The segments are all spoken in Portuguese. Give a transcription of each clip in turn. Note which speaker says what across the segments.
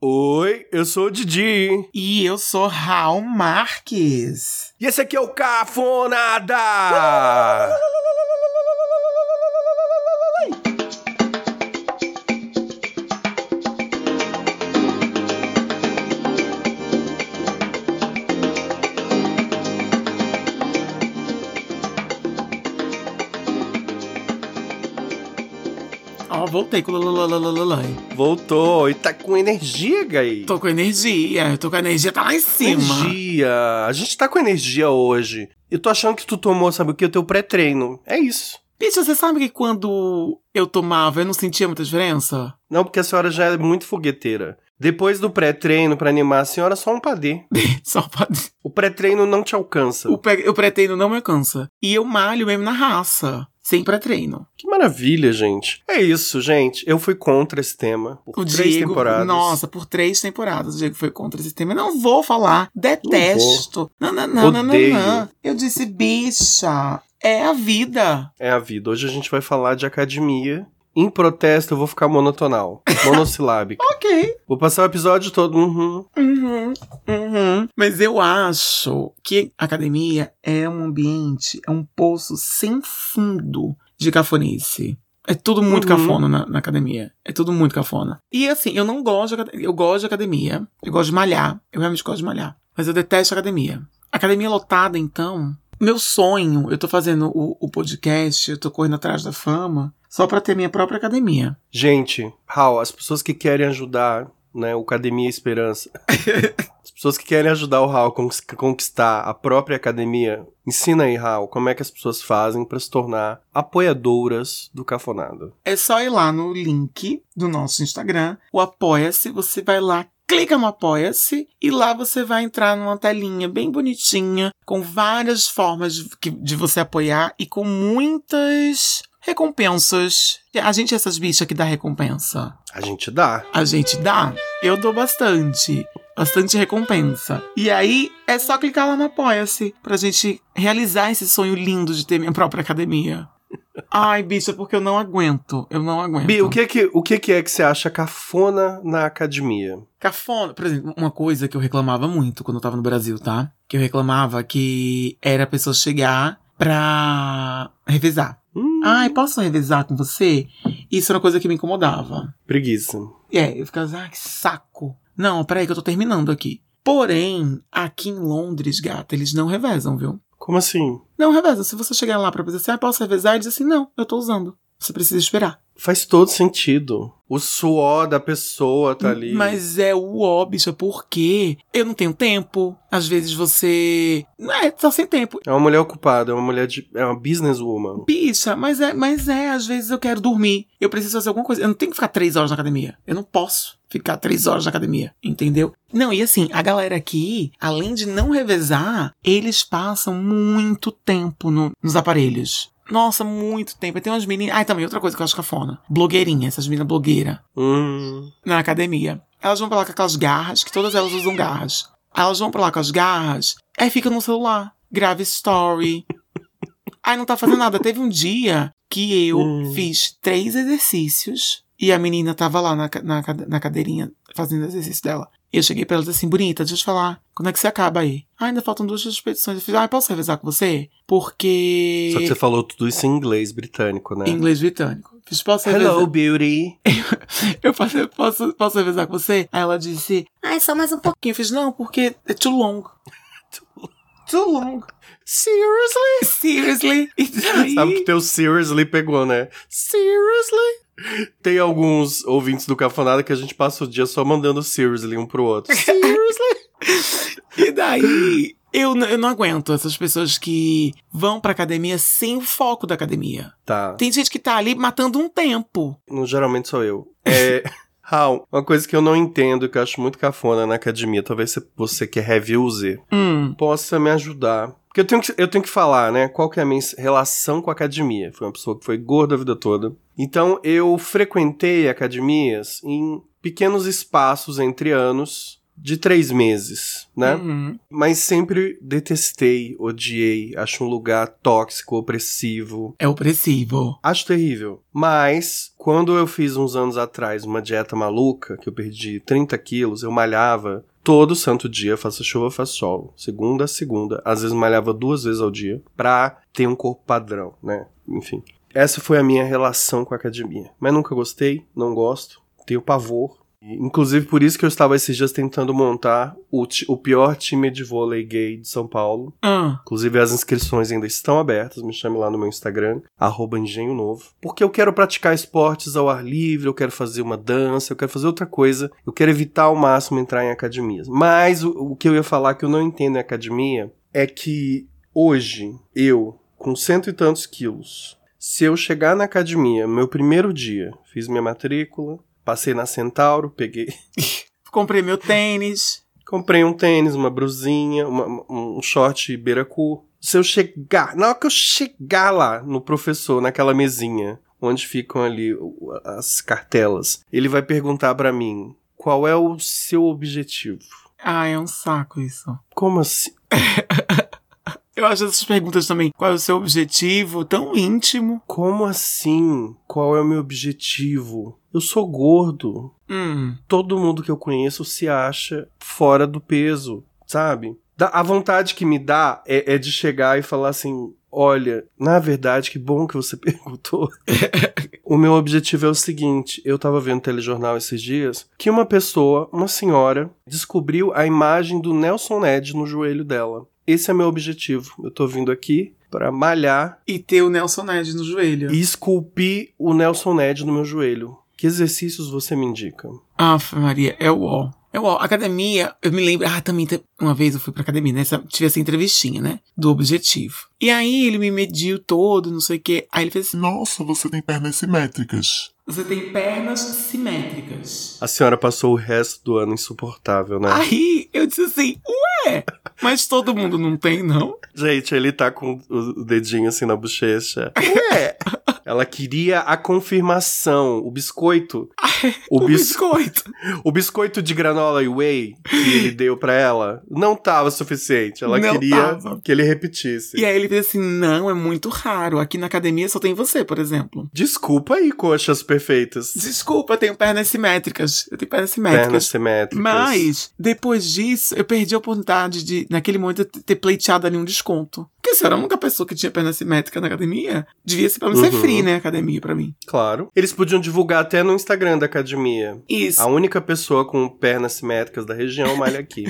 Speaker 1: Oi, eu sou o Didi.
Speaker 2: E eu sou Raul Marques.
Speaker 1: E esse aqui é o Cafonada!
Speaker 2: Ó, voltei com o lalalalalai.
Speaker 1: Voltou e tá com energia, Gai.
Speaker 2: Tô com energia, eu tô com a energia, tá lá em cima.
Speaker 1: Energia. A gente tá com energia hoje. Eu tô achando que tu tomou, sabe o que? O teu pré-treino. É isso.
Speaker 2: Bicho, você sabe que quando eu tomava, eu não sentia muita diferença?
Speaker 1: Não, porque a senhora já é muito fogueteira. Depois do pré-treino, pra animar a senhora, só um padê.
Speaker 2: Só pode...
Speaker 1: O pré-treino não te alcança.
Speaker 2: O pré- eu pretendo não me alcança. E eu malho mesmo na raça, sem pré-treino.
Speaker 1: Que maravilha, gente. É isso, gente. Eu fui contra esse tema por
Speaker 2: O
Speaker 1: três
Speaker 2: Diego,
Speaker 1: temporadas.
Speaker 2: nossa, por três temporadas o Diego foi contra esse tema. Eu não vou falar, detesto. Não, não, não, não, não,
Speaker 1: Odeio.
Speaker 2: não. Eu disse, bicha, é a vida.
Speaker 1: É a vida. Hoje a gente vai falar de academia. Em protesto, eu vou ficar monotonal, monossilábica.
Speaker 2: Ok,
Speaker 1: vou passar o episódio todo. Uhum.
Speaker 2: Uhum, uhum. Mas eu acho que a academia é um ambiente, é um poço sem fundo de cafonice. É tudo muito
Speaker 1: Uhum.
Speaker 2: cafona na, na academia. É tudo muito cafona. E assim, eu não gosto de academia. Eu gosto de academia. Eu gosto de malhar. Eu realmente gosto de malhar. Mas eu detesto academia. Academia lotada, então. Meu sonho, eu tô fazendo o, o podcast, eu tô correndo atrás da fama, só pra ter minha própria academia.
Speaker 1: Gente, Raul, as pessoas que querem ajudar, né, o Academia Esperança. as pessoas que querem ajudar o Raul a conquis- conquistar a própria academia, ensina aí, Raul, como é que as pessoas fazem pra se tornar apoiadoras do Cafonado.
Speaker 2: É só ir lá no link do nosso Instagram, o Apoia-se. Você vai lá, clica no Apoia-se e lá você vai entrar numa telinha bem bonitinha, com várias formas de, que- de você apoiar e com muitas recompensas. A gente é essas bichas que dá recompensa.
Speaker 1: A gente dá.
Speaker 2: A gente dá? Eu dou bastante. Bastante recompensa. E aí, é só clicar lá no Apoia-se pra gente realizar esse sonho lindo de ter minha própria academia. Ai, bicha, é porque eu não aguento. Eu não aguento.
Speaker 1: Bi, o que é que, o que é que é que você acha cafona na academia?
Speaker 2: Cafona. Por exemplo, uma coisa que eu reclamava muito quando eu tava no Brasil, tá? Que eu reclamava que era a pessoa chegar pra revezar.
Speaker 1: Hum,
Speaker 2: Ai, posso revezar com você? Isso era uma coisa que me incomodava.
Speaker 1: preguiça.
Speaker 2: É, eu ficava, ah, que saco. Não, peraí que eu tô terminando aqui. Porém, aqui em Londres, gata, eles não revezam, viu?
Speaker 1: Como assim?
Speaker 2: Não revezam. Se você chegar lá pra dizer assim, ah, posso revezar? Ele diz assim, não, eu tô usando. Você precisa esperar.
Speaker 1: Faz todo sentido. O suor da pessoa tá ali.
Speaker 2: Mas é o ó, bicha, porque eu não tenho tempo. Às vezes você. É, tá sem tempo.
Speaker 1: É uma mulher ocupada, é uma mulher de. É uma businesswoman.
Speaker 2: Bicha, mas é, mas é, às vezes eu quero dormir. Eu preciso fazer alguma coisa. Eu não tenho que ficar três horas na academia. Eu não posso ficar três horas na academia, entendeu? Não, e assim, a galera aqui, além de não revezar, eles passam muito tempo no- nos aparelhos. Nossa, muito tempo. E tem umas meninas. Ah, e também outra coisa que eu acho cafona. Blogueirinha, essas meninas blogueira
Speaker 1: Hum.
Speaker 2: na academia. Elas vão pra lá com aquelas garras, que todas elas usam garras. Aí Elas vão pra lá com as garras, aí fica no celular, grava story. Aí não tá fazendo nada. Teve um dia que eu
Speaker 1: Hum.
Speaker 2: fiz três exercícios e a menina tava lá na, ca- na, cade- na cadeirinha fazendo o exercício dela. Eu cheguei pra ela e disse assim, bonita, deixa eu te falar, quando é que você acaba aí? Ah, ainda faltam duas expedições. Eu fiz, ah, posso revisar com você? Porque...
Speaker 1: Só que você falou tudo isso em inglês britânico, né?
Speaker 2: Em Inglês britânico. Fiz, posso revisar?
Speaker 1: Hello, beauty.
Speaker 2: Eu posso, posso, posso revisar com você? Aí ela disse,
Speaker 3: Ai, só mais um pouco.
Speaker 2: pouquinho. Eu fiz, não, porque é too long. too long.
Speaker 1: Seriously?
Speaker 2: Seriously? E daí-
Speaker 1: Sabe que teu seriously pegou, né? Seriously? Tem alguns ouvintes do Cafonada que a gente passa o dia só mandando seriously um pro outro.
Speaker 2: E daí, eu, n- eu não aguento essas pessoas que vão pra academia sem o foco da academia.
Speaker 1: tá.
Speaker 2: Tem gente que tá ali matando um tempo.
Speaker 1: Não, geralmente sou eu. É. Raul, uma coisa que eu não entendo e que eu acho muito cafona na academia, talvez você- você que é reviewer,
Speaker 2: Hum.
Speaker 1: possa me ajudar. Porque eu tenho que, eu tenho que falar, né? Qual que é a minha relação com a academia? Fui uma pessoa que foi gorda a vida toda. Então, eu frequentei academias em pequenos espaços entre anos. de três meses, né?
Speaker 2: Uhum.
Speaker 1: Mas sempre detestei, odiei, acho um lugar tóxico, opressivo.
Speaker 2: É opressivo.
Speaker 1: Acho terrível. Mas, quando eu fiz uns anos atrás uma dieta maluca, que eu perdi 30 quilos, eu malhava todo santo dia, faça chuva, faça sol. Segunda a segunda. Às vezes malhava duas vezes ao dia, pra ter um corpo padrão, né? Enfim. Essa foi a minha relação com a academia. Mas nunca gostei, não gosto, tenho pavor. E, Inclusive, por isso que eu estava esses dias tentando montar o, ti- o pior time de vôlei gay de São Paulo.
Speaker 2: Ah,
Speaker 1: Inclusive, as inscrições ainda estão abertas. Me chame lá no meu Instagram, arroba Engenho Novo. Porque eu quero praticar esportes ao ar livre, eu quero fazer uma dança, eu quero fazer outra coisa. Eu quero evitar ao máximo entrar em academias. Mas o, o que eu ia falar que eu não entendo em academia é que hoje, eu, com cento e tantos quilos, se eu chegar na academia, meu primeiro dia, fiz minha matrícula, passei na Centauro, peguei.
Speaker 2: comprei meu tênis.
Speaker 1: Comprei um tênis, uma brusinha, uma- uma- um short beiracu. Se eu chegar, na hora que eu chegar lá no professor, naquela mesinha, onde ficam ali o- as cartelas, ele vai perguntar pra mim: qual é o seu objetivo?
Speaker 2: Ah, é um saco isso.
Speaker 1: Como assim?
Speaker 2: Eu acho essas perguntas também. Qual é o seu objetivo? Tão íntimo.
Speaker 1: Como assim? Qual é o meu objetivo? Eu sou gordo.
Speaker 2: Hum.
Speaker 1: Todo mundo que eu conheço se acha fora do peso, sabe? Da- a vontade que me dá é, é de chegar e falar assim: olha, na verdade, que bom que você perguntou. o meu objetivo é o seguinte: eu tava vendo telejornal esses dias que uma pessoa, uma senhora, descobriu a imagem do Nelson Ned no joelho dela. Esse é meu objetivo. Eu tô vindo aqui pra malhar
Speaker 2: E ter o Nelson Ned no joelho.
Speaker 1: e esculpir o Nelson Ned no meu joelho. Que exercícios você me indica?
Speaker 2: Aff, Maria, é o ó. É o ó. Academia, eu me lembro. Ah, também. te- Uma vez eu fui pra academia, né? Essa- Tive essa entrevistinha, né? Do objetivo. E aí ele me mediu todo, não sei o quê. Aí ele fez assim:
Speaker 3: Nossa, você tem pernas simétricas.
Speaker 2: Você tem pernas simétricas.
Speaker 1: A senhora passou o resto do ano insuportável, né?
Speaker 2: Aí eu disse assim: Ué, mas todo mundo não tem, não?
Speaker 1: Gente, ele tá com o dedinho assim na bochecha.
Speaker 2: É.
Speaker 1: Ela queria a confirmação, o biscoito. O,
Speaker 2: O
Speaker 1: bis...
Speaker 2: biscoito.
Speaker 1: o biscoito de granola e whey que ele deu pra ela não tava suficiente. Ela
Speaker 2: Não
Speaker 1: queria
Speaker 2: tava.
Speaker 1: que ele repetisse.
Speaker 2: E aí ele fez assim: Não, é muito raro. Aqui na academia só tem você, por exemplo.
Speaker 1: Desculpa aí, coxas perfeitas.
Speaker 2: Desculpa, eu tenho pernas simétricas. Eu tenho pernas
Speaker 1: Pernas
Speaker 2: simétricas.
Speaker 1: simétricas.
Speaker 2: Mas, depois disso, eu perdi a oportunidade de, naquele momento, eu t- ter pleiteado ali um desconto. Porque se eu era a única pessoa que tinha perna simétrica na academia, devia ser pra mim ser
Speaker 1: Uhum.
Speaker 2: free, né, academia, pra mim.
Speaker 1: Claro. Eles podiam divulgar até no Instagram da academia.
Speaker 2: Isso.
Speaker 1: A única pessoa com pernas simétricas da região malha aqui.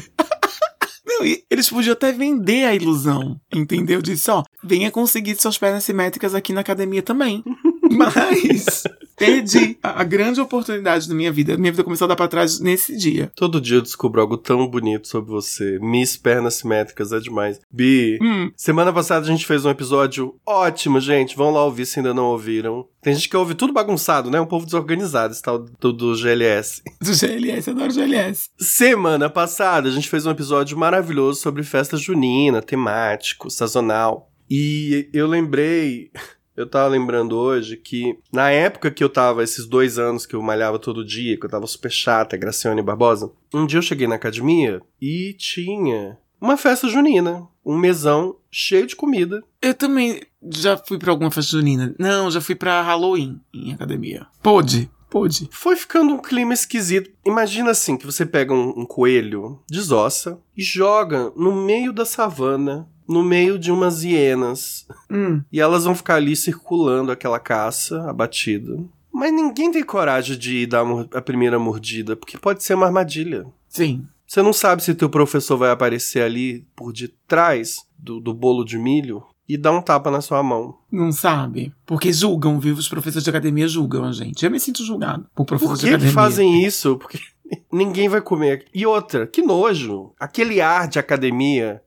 Speaker 2: Não, e eles podiam até vender a ilusão, entendeu? Disse, ó, venha conseguir suas pernas simétricas aqui na academia também. Mas, perdi a, a grande oportunidade da minha vida. Minha vida começou a dar pra trás nesse dia.
Speaker 1: Todo dia eu descubro algo tão bonito sobre você. Miss Pernas Simétricas é demais. Bi,
Speaker 2: Hum,
Speaker 1: semana passada a gente fez um episódio ótimo, gente. Vão lá ouvir se ainda não ouviram. Tem gente que ouve tudo bagunçado, né? Um povo desorganizado, esse tal do, do GLS.
Speaker 2: do GLS, adoro GLS.
Speaker 1: Semana passada a gente fez um episódio maravilhoso sobre festa junina, temático, sazonal. E eu lembrei. Eu tava lembrando hoje que, na época que eu tava, esses dois anos que eu malhava todo dia, que eu tava super chata, Graciane Barbosa, um dia eu cheguei na academia e tinha uma festa junina, um mesão cheio de comida.
Speaker 2: Eu também já fui pra alguma festa junina. Não, já fui pra Halloween em academia. Pôde, pôde.
Speaker 1: Foi ficando um clima esquisito. Imagina assim, que você pega um, um coelho, desossa, e joga no meio da savana, no meio de umas hienas.
Speaker 2: Hum.
Speaker 1: E elas vão ficar ali circulando aquela caça abatida. Mas ninguém tem coragem de ir dar a mor- a primeira mordida, porque pode ser uma armadilha.
Speaker 2: Sim.
Speaker 1: Você não sabe se teu professor vai aparecer ali por detrás do, do bolo de milho e dar um tapa na sua mão.
Speaker 2: Não sabe? Porque julgam, viu? Os professores de academia julgam a gente. Eu me sinto julgado por
Speaker 1: Por
Speaker 2: professores de
Speaker 1: que, que
Speaker 2: academia.
Speaker 1: fazem isso? Porque ninguém vai comer. E outra, que nojo. Aquele ar de academia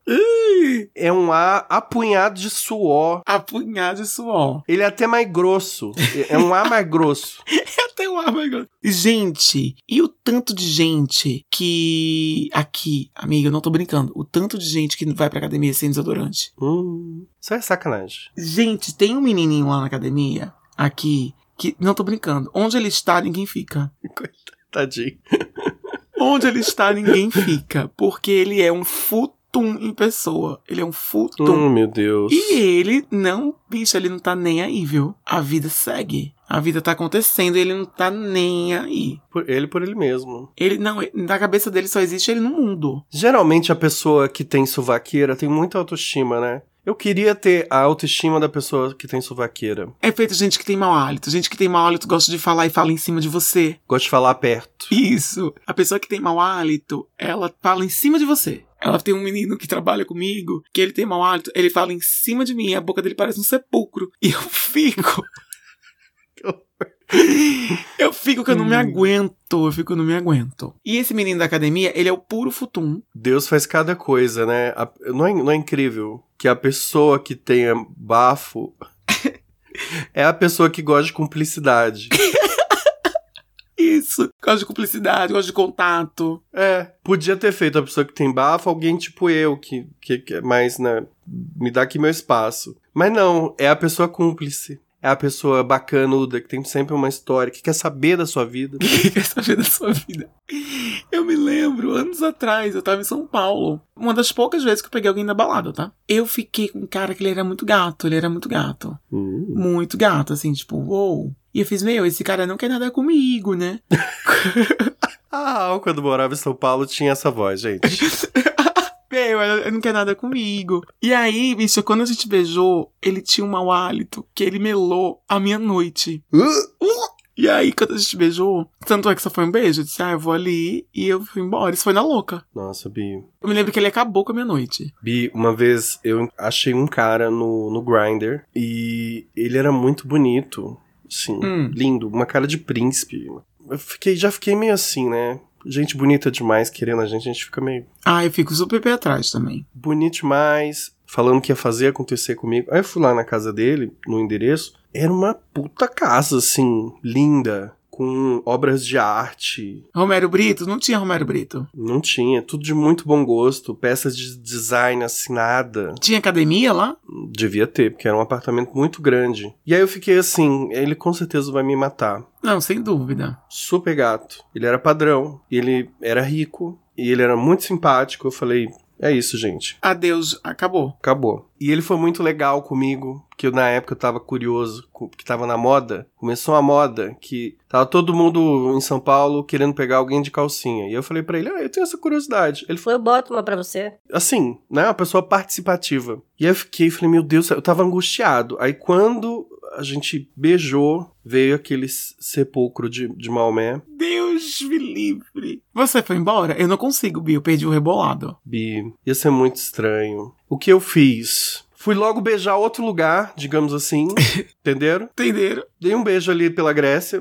Speaker 1: é um ar apunhado de suor.
Speaker 2: Apunhar de suor.
Speaker 1: Ele é até mais grosso. É é um ar mais grosso.
Speaker 2: Até o ar, vai agora. Gente, e o tanto de gente que. Aqui, amiga, eu não tô brincando. O tanto de gente que vai pra academia sem desodorante.
Speaker 1: Hum, isso é sacanagem.
Speaker 2: Gente, tem um menininho lá na academia, aqui, que. Não tô brincando. Onde ele está, ninguém fica.
Speaker 1: Tadinho.
Speaker 2: Onde ele está, ninguém fica. Porque ele é um futum em pessoa. Ele é um futum.
Speaker 1: Hum, meu Deus.
Speaker 2: E ele não, bicho, ele não tá nem aí, viu? A vida segue. A vida tá acontecendo e ele não tá nem aí.
Speaker 1: Por- ele por ele mesmo.
Speaker 2: Ele não, na cabeça dele só existe ele no mundo.
Speaker 1: Geralmente a pessoa que tem suvaqueira tem muita autoestima, né? Eu queria ter a autoestima da pessoa que tem suvaqueira.
Speaker 2: É feito gente que tem mau hálito. Gente que tem mau hálito gosta de falar e fala em cima de você.
Speaker 1: Gosto de falar perto.
Speaker 2: Isso. A pessoa que tem mau hálito, ela fala em cima de você. Ela tem um menino que trabalha comigo, que ele tem mau hálito, ele fala em cima de mim, a boca dele parece um sepulcro. E eu fico. Eu fico que eu não me
Speaker 1: Hum.
Speaker 2: aguento, eu fico que eu não me aguento. E esse menino da academia, ele é o puro futum.
Speaker 1: Deus faz cada coisa, né? A- não, é, não é incrível que a pessoa que tenha bafo é a pessoa que gosta de cumplicidade.
Speaker 2: Isso. Gosta de cumplicidade, gosta de contato.
Speaker 1: É, podia ter feito a pessoa que tem bafo, alguém tipo eu, que, que, que é mais, né? Me dá aqui meu espaço. Mas não, é a pessoa cúmplice. É a pessoa bacanuda, que tem sempre uma história, que quer saber da sua vida.
Speaker 2: O que quer saber da sua vida? Eu me lembro, anos atrás, eu tava em São Paulo. Uma das poucas vezes que eu peguei alguém na balada, tá? Eu fiquei com um cara que ele era muito gato, ele era muito gato. Muito gato, assim, tipo, uou. E eu fiz, meu, esse cara não quer nada comigo, né?
Speaker 1: Ah, quando morava em São Paulo tinha essa voz, gente.
Speaker 2: Meu, ela não quer nada comigo. E aí, bicho, quando a gente beijou, ele tinha um mau hálito que ele melou a minha noite.
Speaker 1: Uh,
Speaker 2: E aí, quando a gente beijou, tanto é que só foi um beijo, eu disse, ah, eu vou ali, e eu fui embora. Isso foi na louca.
Speaker 1: Nossa, Bi.
Speaker 2: Eu me lembro que ele acabou com a minha noite.
Speaker 1: Bi, uma vez eu achei um cara no, no Grindr e ele era muito bonito. Sim,
Speaker 2: Hum.
Speaker 1: lindo, uma cara de príncipe. Eu fiquei, já fiquei meio assim, né? Gente bonita demais querendo a gente, a gente fica meio.
Speaker 2: Ah, eu fico super pé atrás também.
Speaker 1: bonito demais, falando que ia fazer acontecer comigo. Aí eu fui lá na casa dele, no endereço, era uma puta casa, assim, linda, com obras de arte.
Speaker 2: Romero Brito? Não tinha Romero Brito.
Speaker 1: Não tinha, tudo de muito bom gosto, peças de design assinada.
Speaker 2: Tinha academia lá?
Speaker 1: Devia ter, porque era um apartamento muito grande. E aí eu fiquei assim, ele com certeza vai me matar.
Speaker 2: Não, sem dúvida.
Speaker 1: Super gato. Ele era padrão, e ele era rico, e ele era muito simpático. Eu falei, é isso, gente.
Speaker 2: Adeus, acabou.
Speaker 1: Acabou. E ele foi muito legal comigo, porque eu, na época eu tava curioso, co- porque tava na moda. Começou uma moda que tava todo mundo em São Paulo querendo pegar alguém de calcinha. E eu falei pra ele, ah, eu tenho essa curiosidade. Ele foi,
Speaker 4: Eu boto uma pra você.
Speaker 1: assim, né, uma pessoa participativa. E aí eu fiquei, falei, meu Deus, eu tava angustiado. Aí quando a gente beijou, veio aquele s- sepulcro de, de Maomé.
Speaker 2: Deus me livre. Você foi embora? Eu não consigo, Bi. Eu perdi o rebolado.
Speaker 1: Bi, ia ser muito estranho. O que eu fiz? Fui logo beijar outro lugar, digamos assim, entenderam?
Speaker 2: Entenderam?
Speaker 1: Dei um beijo ali pela Grécia.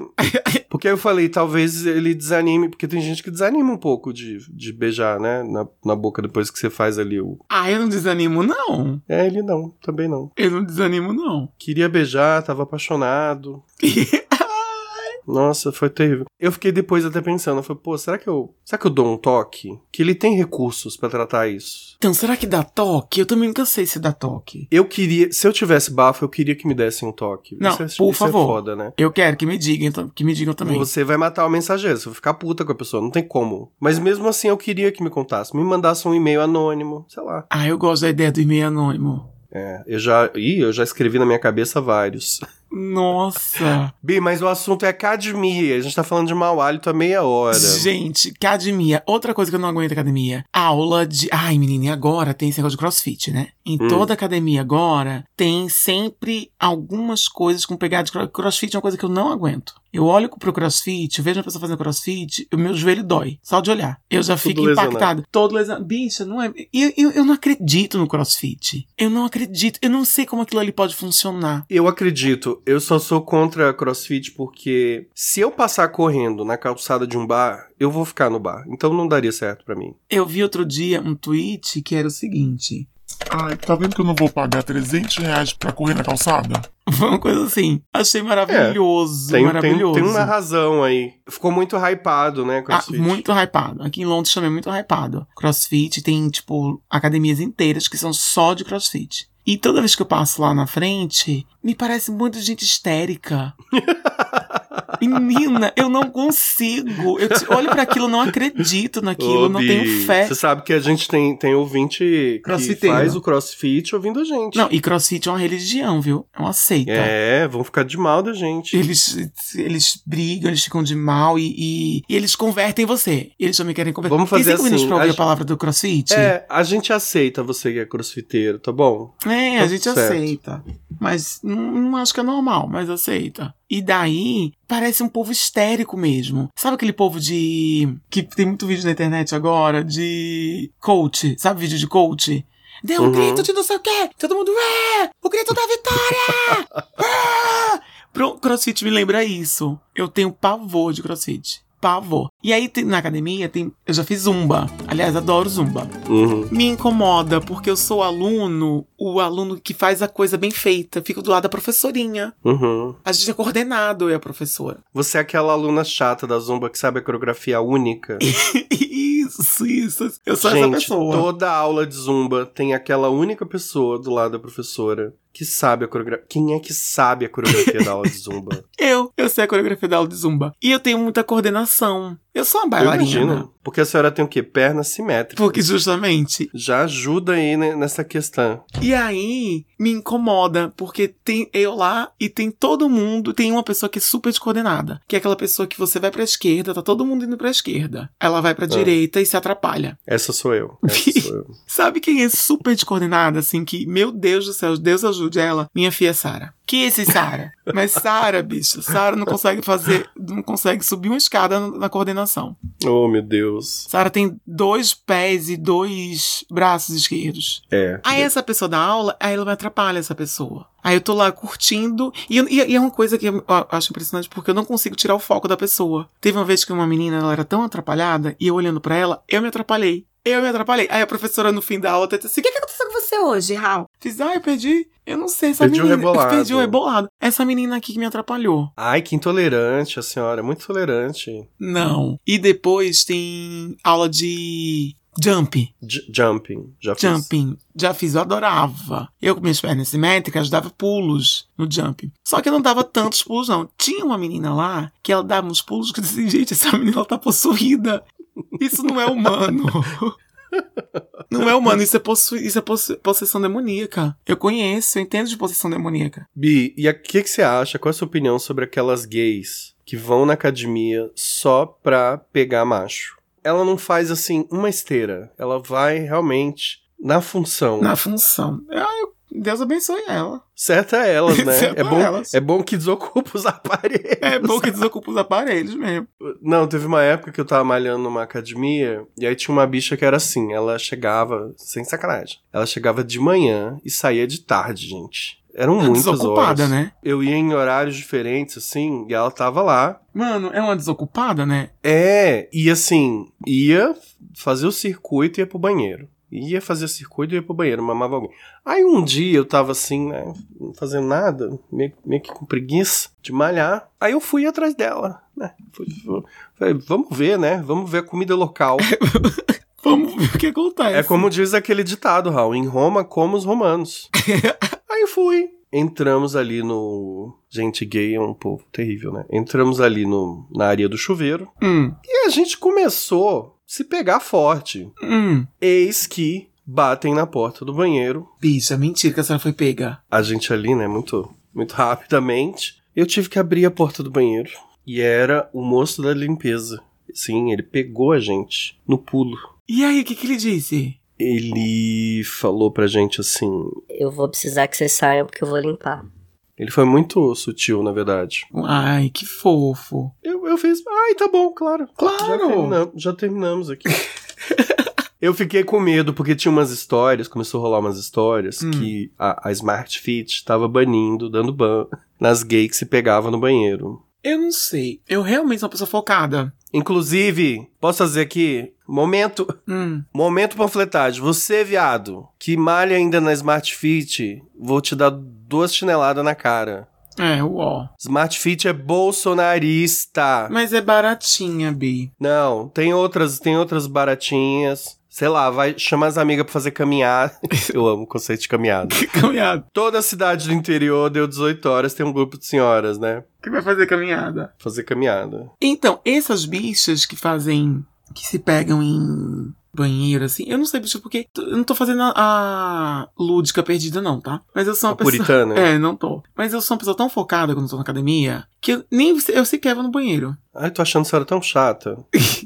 Speaker 1: Porque eu falei, talvez ele desanime, porque tem gente que desanima um pouco de, de beijar, né? Na, na boca depois que você faz ali o.
Speaker 2: Ah, eu não desanimo, não.
Speaker 1: É, ele não, também não.
Speaker 2: Eu não desanimo, não.
Speaker 1: Queria beijar, tava apaixonado. Nossa, foi terrível. Eu fiquei depois até pensando, eu falei, pô, será que eu. Será que eu dou um toque? Que ele tem recursos pra tratar isso.
Speaker 2: então, será que dá toque? Eu também nunca sei se dá toque.
Speaker 1: Eu queria. Se eu tivesse bafo, eu queria que me dessem um toque.
Speaker 2: Não,
Speaker 1: isso é,
Speaker 2: por
Speaker 1: isso
Speaker 2: favor.
Speaker 1: é foda, né?
Speaker 2: Eu quero que me digam, então- que me digam também.
Speaker 1: Você vai matar o mensageiro, você vai ficar puta com a pessoa, não tem como. Mas mesmo assim eu queria que me contasse, me mandasse um e-mail anônimo, sei lá.
Speaker 2: Ah, eu gosto da ideia do e-mail anônimo.
Speaker 1: É, eu já, ih, eu já escrevi na minha cabeça vários.
Speaker 2: Nossa!
Speaker 1: Bi, mas o assunto é academia, a gente tá falando de mau hálito há meia hora.
Speaker 2: Gente, academia. Outra coisa que eu não aguento academia. Aula de. Ai, menina, e agora tem esse negócio de crossfit, né? Em
Speaker 1: Hum.
Speaker 2: toda academia agora tem sempre algumas coisas com pegada de cro- crossfit. É uma coisa que eu não aguento. Eu olho pro crossfit, eu vejo uma pessoa fazendo crossfit, o meu joelho dói. Só de olhar. Eu já
Speaker 1: Tudo
Speaker 2: fico
Speaker 1: lesionado.
Speaker 2: impactado. Todo lesionado. Bicha, não é. Eu, eu, eu não acredito no crossfit. Eu não acredito. Eu não sei como aquilo ali pode funcionar.
Speaker 1: Eu acredito, eu só sou contra a crossfit porque se eu passar correndo na calçada de um bar, eu vou ficar no bar. Então não daria certo pra mim.
Speaker 2: Eu vi outro dia um tweet que era o seguinte.
Speaker 3: Ai, tá vendo que eu não vou pagar 300 reais pra correr na calçada?
Speaker 2: Foi uma coisa assim. Achei maravilhoso.
Speaker 1: É, Tem, um, tem,
Speaker 2: é maravilhoso.
Speaker 1: tem uma razão aí. Ficou muito hypado, né,
Speaker 2: Ah,
Speaker 1: crossfit?
Speaker 2: muito hypado. Aqui em Londres também é muito hypado. Crossfit tem, tipo, academias inteiras que são só de crossfit. E toda vez que eu passo lá na frente, me parece muito gente histérica. Menina, eu não consigo. Eu te- olho pra aquilo, não acredito naquilo,
Speaker 1: Ô,
Speaker 2: não
Speaker 1: Bi,
Speaker 2: tenho fé.
Speaker 1: Você sabe que a gente tem, tem ouvinte que
Speaker 2: Crossfiteiro.
Speaker 1: faz o crossfit ouvindo a gente.
Speaker 2: Não, então. e crossfit é uma religião, viu? É uma seita.
Speaker 1: É, vão ficar de mal da gente.
Speaker 2: Eles, eles brigam, eles ficam de mal e, e- e eles convertem você. Eles também querem converter.
Speaker 1: Vamos
Speaker 2: Tem
Speaker 1: fazer
Speaker 2: cinco minutos
Speaker 1: assim,
Speaker 2: pra ouvir
Speaker 1: a
Speaker 2: a,
Speaker 1: gente-
Speaker 2: palavra do crossfit?
Speaker 1: É, a gente aceita você que é crossfiteiro, tá bom?
Speaker 2: É,
Speaker 1: Tá
Speaker 2: a gente
Speaker 1: certo.
Speaker 2: aceita. Mas não, não acho que é normal, mas aceita. E daí, parece um povo histérico mesmo. Sabe aquele povo de. que tem muito vídeo na internet agora, de coach. Sabe vídeo de coach? Deu um
Speaker 1: Uhum.
Speaker 2: grito de não sei o quê, todo mundo é! O grito da vitória! Ah! Pro- Crossfit me lembra isso. Eu tenho pavor de crossfit. Pavor. E aí, tem- na academia, tem. Eu já fiz zumba. Aliás, adoro zumba
Speaker 1: Uhum.
Speaker 2: me incomoda, porque eu sou aluno, o aluno que faz a coisa bem feita. Fico do lado da professorinha.
Speaker 1: Uhum.
Speaker 2: A gente é coordenado, eu e a professora.
Speaker 1: Você é aquela aluna chata da Zumba que sabe a coreografia única.
Speaker 2: Isso, isso. Eu sou
Speaker 1: gente,
Speaker 2: essa pessoa.
Speaker 1: toda aula de Zumba tem aquela única pessoa do lado da professora que sabe a coreografia. Quem é que sabe a coreografia da aula de Zumba?
Speaker 2: Eu, eu sei a coreografia da aula de zumba. E eu tenho muita coordenação. Eu sou uma
Speaker 1: Eu
Speaker 2: bailarina.
Speaker 1: imagino. Porque a senhora tem o quê? Perna simétrica.
Speaker 2: Porque justamente.
Speaker 1: Já ajuda aí ne- nessa questão.
Speaker 2: E aí, me incomoda, porque tem eu lá e tem todo mundo, tem uma pessoa que é super descoordenada, que é aquela pessoa que você vai pra esquerda, tá todo mundo indo pra esquerda. Ela vai pra
Speaker 1: Ah.
Speaker 2: direita e se atrapalha.
Speaker 1: Essa sou eu. Essa sou eu.
Speaker 2: Sabe quem é super descoordenada, assim, que, meu Deus do céu, Deus ajude ela? Minha filha Sara. Que esse Sara? Mas Sara, bicho, Sara não consegue fazer, não consegue subir uma escada na na coordenação.
Speaker 1: Oh, meu Deus.
Speaker 2: Sara tem dois pés e dois braços esquerdos.
Speaker 1: É.
Speaker 2: Aí essa pessoa dá aula, aí ela me atrapalha essa pessoa. Aí eu tô lá curtindo, e, eu- e- e é uma coisa que eu a- acho impressionante, porque eu não consigo tirar o foco da pessoa. Teve uma vez que uma menina, ela era tão atrapalhada, e eu olhando pra ela, eu me atrapalhei. Eu me atrapalhei. Aí a professora no fim da aula até disse assim, o que, que aconteceu com você hoje, Raul? Fiz, ah, eu perdi, eu não sei, essa
Speaker 1: Perdi o
Speaker 2: menina.
Speaker 1: rebolado.
Speaker 2: Perdi o rebolado. Essa menina aqui que me atrapalhou.
Speaker 1: Ai, que intolerante a senhora. Muito tolerante.
Speaker 2: Não. E depois tem aula de jump.
Speaker 1: J- jumping. Já fiz.
Speaker 2: Jumping. Já fiz, eu adorava. Eu com minhas pernas simétricas dava pulos no jumping. Só que eu não dava tantos pulos, não. Tinha uma menina lá que ela dava uns pulos que eu disse, gente, essa menina ela tá possuída. Isso não é humano. Não é humano, isso é, possu isso é possu- possessão demoníaca. Eu conheço, eu entendo de possessão demoníaca.
Speaker 1: Bi, e o que, que você acha? Qual é a sua opinião sobre aquelas gays que vão na academia só pra pegar macho? Ela não faz assim uma esteira. Ela vai realmente na função.
Speaker 2: Na função. Ah, eu- Deus abençoe ela.
Speaker 1: Certa é elas, né?
Speaker 2: Certa
Speaker 1: é, bom,
Speaker 2: elas.
Speaker 1: é bom que desocupa os aparelhos.
Speaker 2: É bom que desocupa os aparelhos mesmo.
Speaker 1: Não, teve uma época que eu tava malhando numa academia, e aí tinha uma bicha que era assim, ela chegava, sem sacanagem, ela chegava de manhã e saía de tarde, gente. Eram muitas
Speaker 2: Tá Desocupada,
Speaker 1: horas.
Speaker 2: né?
Speaker 1: Eu ia em horários diferentes, assim, e ela tava lá.
Speaker 2: Mano, é uma desocupada, né?
Speaker 1: É, e assim, ia fazer o circuito e ia pro banheiro. Ia fazer o circuito e ia pro banheiro, mamava alguém. Aí um dia eu tava assim, né, não fazendo nada, meio, meio que com preguiça de malhar. Aí eu fui atrás dela, né? Fui- fui- falei, vamos ver, né? Vamos ver a comida local.
Speaker 2: Vamos ver o que acontece.
Speaker 1: É como diz aquele ditado, Raul, em Roma como os romanos. Aí eu fui. Entramos ali no... Gente, gay é um povo terrível, né? Entramos ali no, na área do chuveiro.
Speaker 2: Hum,
Speaker 1: E a gente começou a se pegar forte.
Speaker 2: hum.
Speaker 1: Eis que batem na porta do banheiro.
Speaker 2: Bicha, é mentira que a senhora foi pega.
Speaker 1: A gente ali, né, muito, muito rapidamente. Eu tive que abrir a porta do banheiro. E era o moço da limpeza. Sim, ele pegou a gente no pulo.
Speaker 2: E aí, o que, que ele disse?
Speaker 1: Ele falou pra gente assim.
Speaker 4: Eu vou precisar que vocês saiam porque eu vou limpar.
Speaker 1: Ele foi muito sutil, na verdade.
Speaker 2: Ai, que fofo.
Speaker 1: Eu, eu fiz. Ai, tá bom, claro. Já, terminam- já terminamos aqui. Eu fiquei com medo, porque tinha umas histórias, começou a rolar umas histórias
Speaker 2: Hum.
Speaker 1: que a, a Smart Fit tava banindo, dando ban nas gays que se pegavam no banheiro.
Speaker 2: Eu não sei. Eu realmente sou uma pessoa focada.
Speaker 1: Inclusive, posso fazer aqui? Momento.
Speaker 2: Hum.
Speaker 1: Momento panfletagem. Você, viado, que malha ainda na Smart Fit, vou te dar duas chineladas na cara.
Speaker 2: É, uó.
Speaker 1: Smart Fit é bolsonarista.
Speaker 2: Mas é baratinha, Bi.
Speaker 1: Não, tem outras, tem outras baratinhas. Sei lá, vai, chama as amigas pra fazer caminhada. Eu amo o conceito de caminhada.
Speaker 2: Que caminhada.
Speaker 1: Toda a cidade do interior deu 18 horas, tem um grupo de senhoras, né?
Speaker 2: Que vai fazer caminhada.
Speaker 1: Fazer caminhada.
Speaker 2: Então, essas bichas que fazem. que se pegam em banheiro, assim. Eu não sei, bicho, porque t- eu não tô fazendo a, a lúdica perdida, não, tá? Mas eu sou uma
Speaker 1: A
Speaker 2: pessoa.
Speaker 1: puritana.
Speaker 2: É, não tô. Mas eu sou uma pessoa tão focada quando eu tô na academia que eu nem eu sequer vou no banheiro.
Speaker 1: Ai, tô achando a senhora tão chata.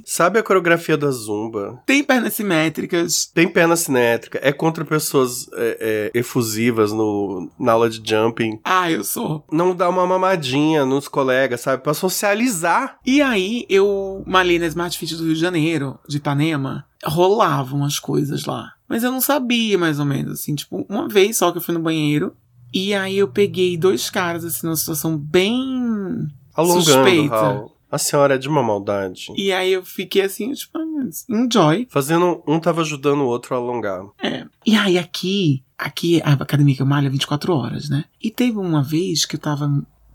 Speaker 1: Sabe a coreografia da Zumba?
Speaker 2: Tem pernas simétricas.
Speaker 1: Tem perna cinétrica, é contra pessoas é, é, efusivas no, na aula de jumping.
Speaker 2: Ah, eu sou.
Speaker 1: Não dá uma mamadinha nos colegas, sabe? Pra socializar.
Speaker 2: E aí, eu malhei na Smart Fit do Rio de Janeiro, de Ipanema, rolavam as coisas lá. Mas eu não sabia, mais ou menos, assim, tipo, uma vez só que eu fui no banheiro. E aí eu peguei dois caras, assim, numa situação bem.
Speaker 1: Alongando,
Speaker 2: Suspeita.
Speaker 1: Raul. A senhora é de uma maldade.
Speaker 2: E aí eu fiquei assim, tipo, ah, mas enjoy.
Speaker 1: Fazendo um tava ajudando o outro a alongar.
Speaker 2: É. E aí aqui, aqui, a academia que eu malho é 24 horas, né? E teve uma vez que eu tava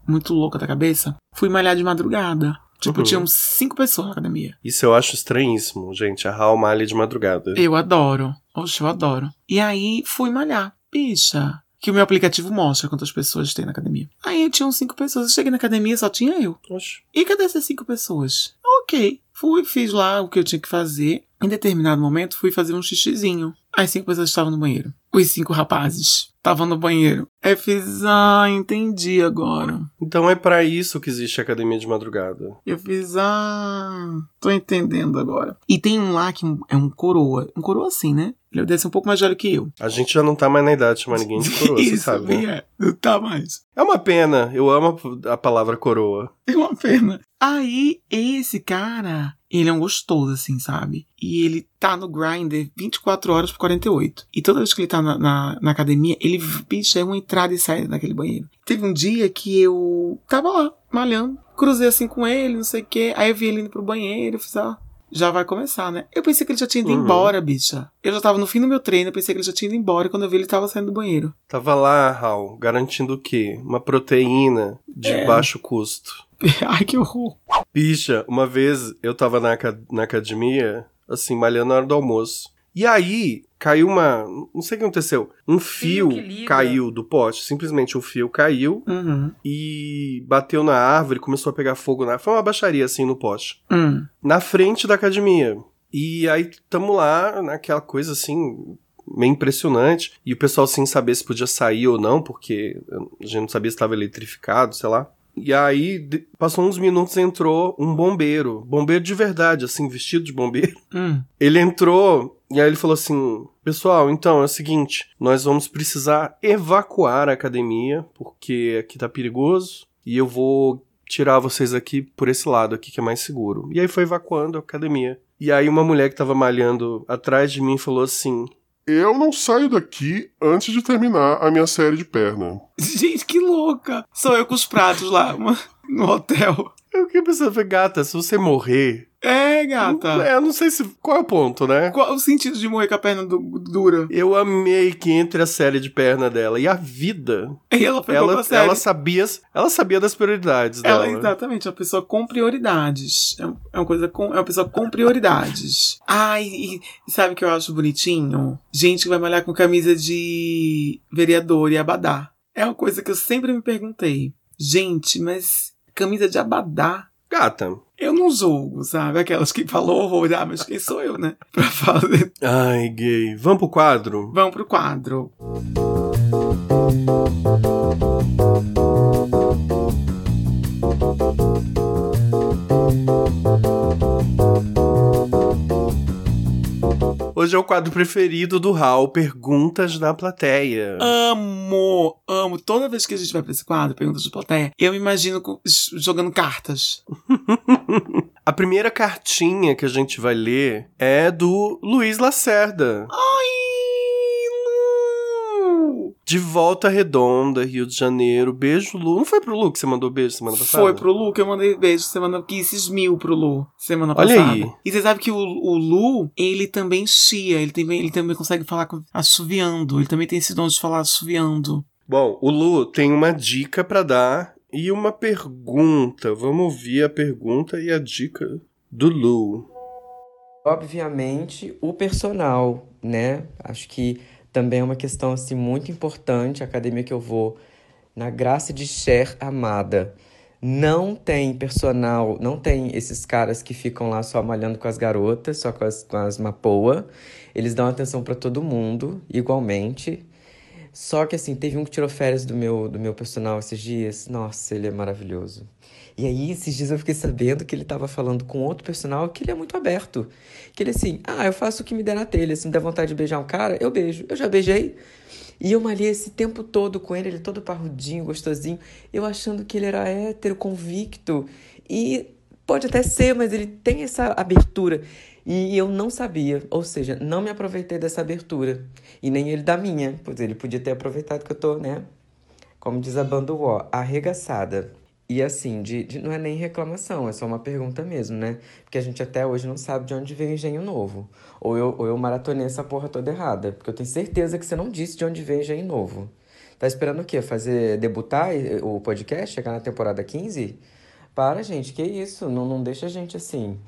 Speaker 2: muito louca da cabeça, fui malhar de madrugada. Tipo,
Speaker 1: Uhum.
Speaker 2: tinham cinco pessoas na academia.
Speaker 1: Isso eu acho estranhíssimo, gente. A Raul malha de madrugada.
Speaker 2: Eu adoro. Oxe, eu adoro. E aí fui malhar. Bicha. Que o meu aplicativo mostra quantas pessoas tem na academia. Aí tinham cinco pessoas. Eu cheguei na academia só tinha eu.
Speaker 1: Oxe.
Speaker 2: E cadê essas cinco pessoas? Ok. Fui, fiz lá o que eu tinha que fazer. Em determinado momento, fui fazer um xixizinho. As cinco pessoas estavam no banheiro. Os cinco rapazes estavam no banheiro. Eu fiz, ah, entendi agora.
Speaker 1: Então é pra isso que existe a academia de madrugada.
Speaker 2: Eu fiz, ah, tô entendendo agora. E tem um lá que é um coroa. Um coroa assim, né? Ele deve ser um pouco mais velho que eu.
Speaker 1: A gente já não tá mais na idade de chamar ninguém de coroa, você
Speaker 2: Isso,
Speaker 1: sabe? né?
Speaker 2: é. Não tá mais.
Speaker 1: É uma pena. Eu amo a a palavra coroa.
Speaker 2: É uma pena. Aí, esse cara, ele é um gostoso, assim, sabe? E ele tá no grinder 24 horas por 48. E toda vez que ele tá na, na, na academia, ele, bicho, é uma entrada e saída naquele banheiro. Teve um dia que eu tava lá, malhando. Cruzei assim com ele, não sei o quê. Aí eu vi ele indo pro banheiro, eu fiz, ó. Já vai começar, né? Eu pensei que ele já tinha ido
Speaker 1: Uhum.
Speaker 2: embora, bicha. Eu já tava no fim do meu treino, eu pensei que ele já tinha ido embora. E quando eu vi, ele tava saindo do banheiro.
Speaker 1: Tava lá, Raul, garantindo o quê? Uma proteína de
Speaker 2: É.
Speaker 1: baixo custo.
Speaker 2: Ai, que horror.
Speaker 1: Bicha, uma vez eu tava na, aca- na academia, assim, malhando na hora do almoço. E aí, caiu uma. Não sei o que aconteceu. Um fio
Speaker 4: que liga.
Speaker 1: caiu do poste. Simplesmente o fio caiu
Speaker 2: Uhum.
Speaker 1: e bateu na árvore, começou a pegar fogo na. Foi uma baixaria assim no poste.
Speaker 2: Hum.
Speaker 1: na frente da academia. E aí tamo lá, naquela coisa assim, meio impressionante. E o pessoal sem saber se podia sair ou não, porque a gente não sabia se estava eletrificado, sei lá. E aí, de- passou uns minutos, entrou um bombeiro. Bombeiro de verdade, assim, vestido de bombeiro.
Speaker 2: Hum.
Speaker 1: Ele entrou e aí ele falou assim: Pessoal, então é o seguinte, nós vamos precisar evacuar a academia, porque aqui tá perigoso, e eu vou tirar vocês aqui por esse lado aqui que é mais seguro. E aí foi evacuando a academia. E aí uma mulher que tava malhando atrás de mim falou assim:
Speaker 3: Eu não saio daqui antes de terminar a minha série de perna.
Speaker 2: Gente, que louca! Sou eu com os pratos lá uma- no hotel.
Speaker 1: Eu fiquei pensando, falei, gata, se você morrer.
Speaker 2: É, gata.
Speaker 1: É, eu não sei se. Qual é o ponto, né?
Speaker 2: Qual o sentido de morrer com a perna du- dura?
Speaker 1: Eu amei que entre a série de perna dela e a vida,
Speaker 2: E ela foi
Speaker 1: ela,
Speaker 2: pra série.
Speaker 1: ela né? sabia, ela sabia das prioridades
Speaker 2: Ela-
Speaker 1: dela.
Speaker 2: exatamente, é uma pessoa com prioridades. É um- é uma coisa com. É uma pessoa com prioridades. Ai, e e sabe o que eu acho bonitinho? Gente que vai malhar com camisa de vereador e abadá. É uma coisa que eu sempre me perguntei. Gente, mas camisa de abadá
Speaker 1: Gata,
Speaker 2: Eu não julgo, sabe? Aquelas que falou horror, ah, mas quem sou eu, né? Pra fazer.
Speaker 1: Ai, gay. Vamos pro quadro?
Speaker 2: Vamos pro quadro.
Speaker 1: Hoje é o quadro preferido do Hal, Perguntas da Plateia.
Speaker 2: Amo, amo. Toda vez que a gente vai pra esse quadro, perguntas de plateia, eu me imagino co- s- jogando cartas.
Speaker 1: A primeira cartinha que a gente vai ler é do Luiz Lacerda,
Speaker 2: Ai, Lu!
Speaker 1: de Volta Redonda, Rio de Janeiro. Beijo, Lu. Não foi pro Lu que você mandou beijo semana passada?
Speaker 2: Foi pro Lu que eu mandei beijo semana que esses mil pro Lu semana
Speaker 1: Olha
Speaker 2: passada.
Speaker 1: aí.
Speaker 2: E você sabe que o, o Lu, ele também chia, ele também, ele também consegue falar com, assoviando, ele também tem esse dom de falar assoviando.
Speaker 1: Bom, o Lu tem uma dica pra dar e uma pergunta. Vamos ouvir a pergunta e a dica do Lu.
Speaker 5: Obviamente, o personal, né? Acho que também é uma questão assim muito importante. A academia que eu vou, na graça de Cher Amada, não tem personal, não tem esses caras que ficam lá só malhando com as garotas, só com as, com as mapoa. Eles dão atenção para todo mundo, igualmente. Só que assim, teve um que tirou férias do meu, do meu personal esses dias. Nossa, ele é maravilhoso. E aí, esses dias eu fiquei sabendo que ele tava falando com outro personal que ele é muito aberto. Que ele assim, ah, eu faço o que me der na telha. Se me der vontade de beijar um cara, eu beijo. Eu já beijei. E eu malhei esse tempo todo com ele, ele todo parrudinho, gostosinho. Eu achando que ele era hétero, convicto. E pode até ser, mas ele tem essa abertura. E eu não sabia, ou seja, não me aproveitei dessa abertura. E nem ele da minha, pois ele podia ter aproveitado que eu tô, né? Como diz a banda UO, arregaçada. E assim, de, de- não é nem reclamação, é só uma pergunta mesmo, né? Porque a gente até hoje não sabe de onde veio o engenho novo. Ou eu, ou eu maratonei essa porra toda errada, porque eu tenho certeza que você não disse de onde veio o engenho novo. Tá esperando o quê? Fazer debutar eh, o podcast? Chegar na temporada 15? Para, gente, que isso? Não, não deixa a gente assim,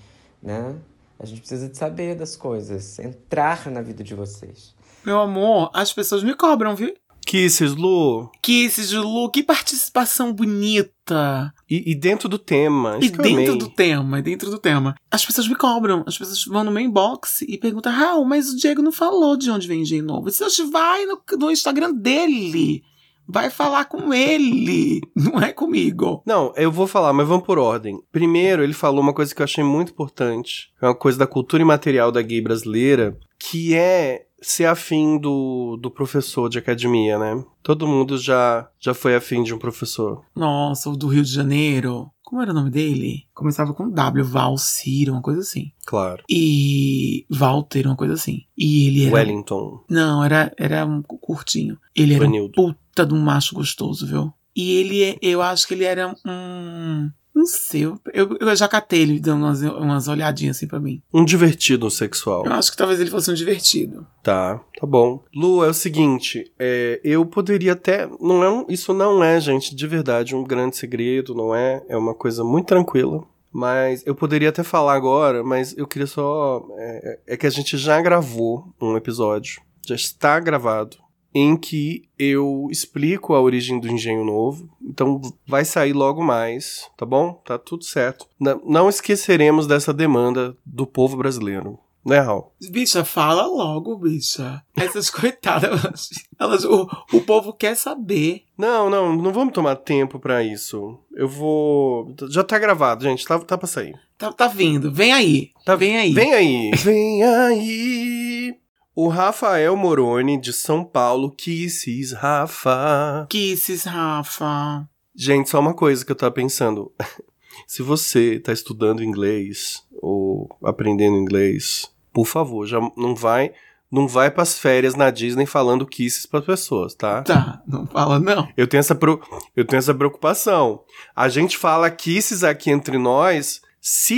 Speaker 5: né? A gente precisa de saber das coisas, entrar na vida de vocês.
Speaker 2: Meu amor, as pessoas me cobram, viu?
Speaker 1: Kisses, Lu.
Speaker 2: Que esse de Lu, que participação bonita.
Speaker 1: E, e dentro do tema.
Speaker 2: E
Speaker 1: Isso que eu
Speaker 2: dentro
Speaker 1: amei.
Speaker 2: do tema, e dentro do tema. As pessoas me cobram, as pessoas vão no meu inbox e perguntam, Raul, mas o Diego não falou de onde vem engenho novo. Você vai no, no Instagram dele. Vai falar com ele. Não é comigo.
Speaker 1: Não, eu vou falar, mas vamos por ordem. Primeiro, ele falou uma coisa que eu achei muito importante, que é uma coisa da cultura imaterial da gay brasileira, que é ser afim do, do professor de academia, né? Todo mundo já, já foi afim de um professor.
Speaker 2: Nossa, o do Rio de Janeiro. Como era o nome dele? Começava com W, Valciro, uma coisa assim.
Speaker 1: Claro.
Speaker 2: E. Walter, uma coisa assim. E ele era.
Speaker 1: Wellington.
Speaker 2: Não, era, era um cu- curtinho. Ele era um
Speaker 1: Vanildo.
Speaker 2: puta de um macho gostoso, viu? E ele, é- eu acho que ele era um. Não sei, eu, eu eu já catei ele dando umas, umas olhadinhas assim pra mim.
Speaker 1: Um divertido sexual.
Speaker 2: Eu acho que talvez ele fosse um divertido.
Speaker 1: Tá, tá bom. Lu, é o seguinte, é, eu poderia até. Não é um- isso não é, gente, de verdade, um grande segredo, não é? É uma coisa muito tranquila. Mas eu poderia até falar agora, mas eu queria só. É, é que a gente já gravou um episódio, já está gravado, em que eu explico a origem do engenho novo. Então vai sair logo mais, tá bom? Tá tudo certo. Não, não esqueceremos dessa demanda do povo brasileiro, né, Raul?
Speaker 2: Bicha, fala logo, bicha. Essas coitadas, elas. elas- o, o povo quer saber.
Speaker 1: Não, não, não vamos tomar tempo pra isso. Eu vou. Já tá gravado, gente, tá, tá pra sair.
Speaker 2: Tá, tá vindo, vem aí. Tá, vem aí.
Speaker 1: Vem aí! Vem aí! O Rafael Moroni, de São Paulo, Kisses, Rafa.
Speaker 2: Kisses, Rafa.
Speaker 1: Gente, só uma coisa que eu tava pensando. Se você tá estudando inglês ou aprendendo inglês, por favor, já não vai. Não vai pras férias na Disney falando kisses pras pessoas, tá?
Speaker 2: Tá, não fala não.
Speaker 1: Eu tenho essa, pro- eu tenho essa preocupação. A gente fala kisses aqui entre nós,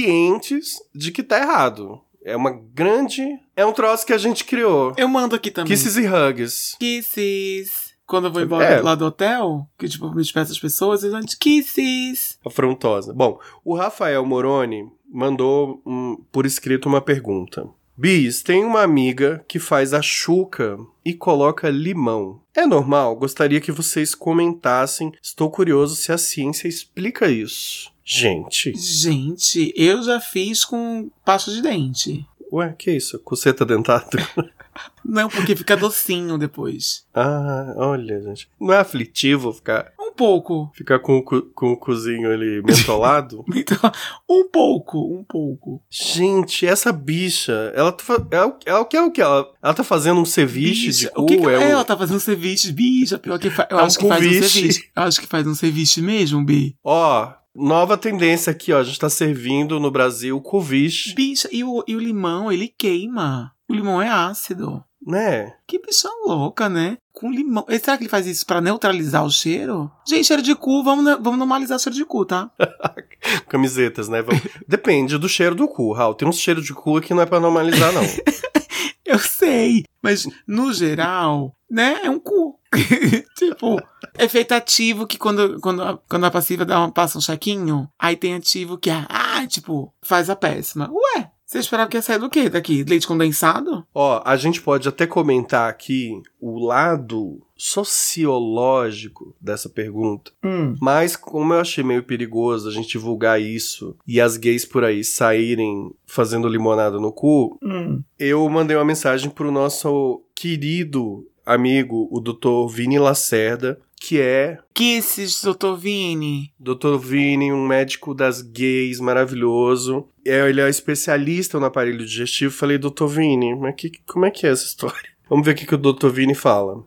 Speaker 1: cientes de que tá errado. É uma grande. É um troço que a gente criou.
Speaker 2: Eu mando aqui também.
Speaker 1: Kisses e hugs.
Speaker 2: Kisses. Quando eu vou embora
Speaker 1: É.
Speaker 2: lá do hotel, que tipo, me despeço das pessoas, eu digo, kisses.
Speaker 1: Afrontosa. Bom, o Rafael Moroni mandou hum, por escrito uma pergunta. Bis, tem uma amiga que faz a chuca e coloca limão. É normal? Gostaria que vocês comentassem. Estou curioso se a ciência explica isso. Gente.
Speaker 2: Gente, eu já fiz com pasta de dente.
Speaker 1: Ué, que isso? Coceta dentada?
Speaker 2: Não, porque fica docinho depois.
Speaker 1: ah, olha, gente. Não é aflitivo ficar,
Speaker 2: Um pouco.
Speaker 1: ficar com, o cu- com o cozinho ali mentolado?
Speaker 2: Então, um pouco, um pouco.
Speaker 1: gente, essa bicha, ela, tá fa- é o- é o que é o que? Ela, ela tá fazendo um ceviche
Speaker 2: Bicha,
Speaker 1: de cu?
Speaker 2: o que que
Speaker 1: é um-
Speaker 2: ela tá fazendo ceviche, bicha, pior que fa... eu
Speaker 1: É um
Speaker 2: acho que faz um
Speaker 1: convite.
Speaker 2: ceviche. Eu acho que faz um ceviche mesmo, bi.
Speaker 1: Ó, nova tendência aqui, ó. A gente tá servindo no Brasil coviche,
Speaker 2: Bicha, e o, e o limão, ele queima. O limão é ácido.
Speaker 1: né?
Speaker 2: Que bicha louca, né? Com limão. E será que ele faz isso pra neutralizar o cheiro? Gente, cheiro de cu, vamos, ne- vamos normalizar cheiro de cu, tá?
Speaker 1: Camisetas, né? Vamos- Depende do cheiro do cu, Raul. Tem uns cheiros de cu que não é pra normalizar, não.
Speaker 2: Eu sei, mas no geral, né? É um cu. tipo, efeito ativo que quando, quando, a, quando a um passiva dá uma, passa um chequinho, aí tem ativo que é, ah, tipo, faz a péssima. Ué, Você esperava que ia sair do quê daqui? Leite condensado?
Speaker 1: Ó, a gente pode até comentar aqui o lado sociológico dessa pergunta.
Speaker 2: Hum.
Speaker 1: Mas, como eu achei meio perigoso a gente divulgar isso e as gays por aí saírem fazendo limonada no cu,
Speaker 2: Hum.
Speaker 1: eu mandei uma mensagem pro nosso querido amigo, o Dr. Vini Lacerda, que é
Speaker 2: Kisses, doutor Vini.
Speaker 1: Dr. Vini, um médico das gays maravilhoso. É, Ele é especialista no aparelho digestivo. Falei, Dr. Vini, mas que, como é que é essa história? Vamos ver o que, que o Dr. Vini fala.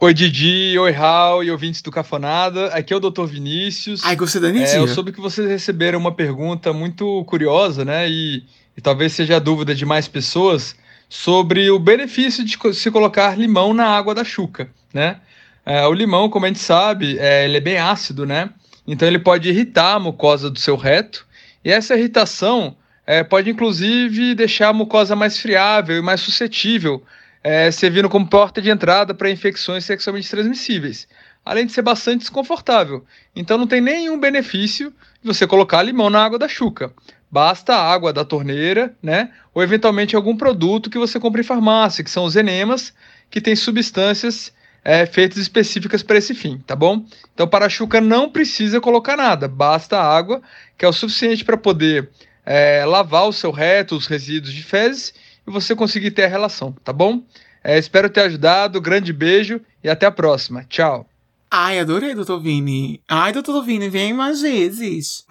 Speaker 6: Oi Didi, oi Raul e ouvintes do Cafonada, aqui é o Dr. Vinícius.
Speaker 2: Ai, gostei da
Speaker 6: É,
Speaker 2: Nidia.
Speaker 6: eu soube que vocês receberam uma pergunta muito curiosa, né? E, e talvez seja a dúvida de mais pessoas sobre o benefício de co- se colocar limão na água da chuca, né? É, o limão, como a gente sabe, é, ele é bem ácido, né? Então ele pode irritar a mucosa do seu reto. E essa irritação é, pode, inclusive, deixar a mucosa mais friável e mais suscetível, é, servindo como porta de entrada para infecções sexualmente transmissíveis. Além de ser bastante desconfortável. Então não tem nenhum benefício de você colocar limão na água da chuca. Basta a água da torneira, né? Ou eventualmente algum produto que você compra em farmácia, que são os enemas, que tem substâncias eh, feitas específicas para esse fim, tá bom? Então para a chuca não precisa colocar nada, basta a água, que é o suficiente para poder eh, lavar o seu reto, os resíduos de fezes, e você conseguir ter a relação, tá bom? Eh, espero ter ajudado, grande beijo e até a próxima. Tchau!
Speaker 2: Ai, adorei, doutor Vini. Ai, doutor Vini, vem mais vezes.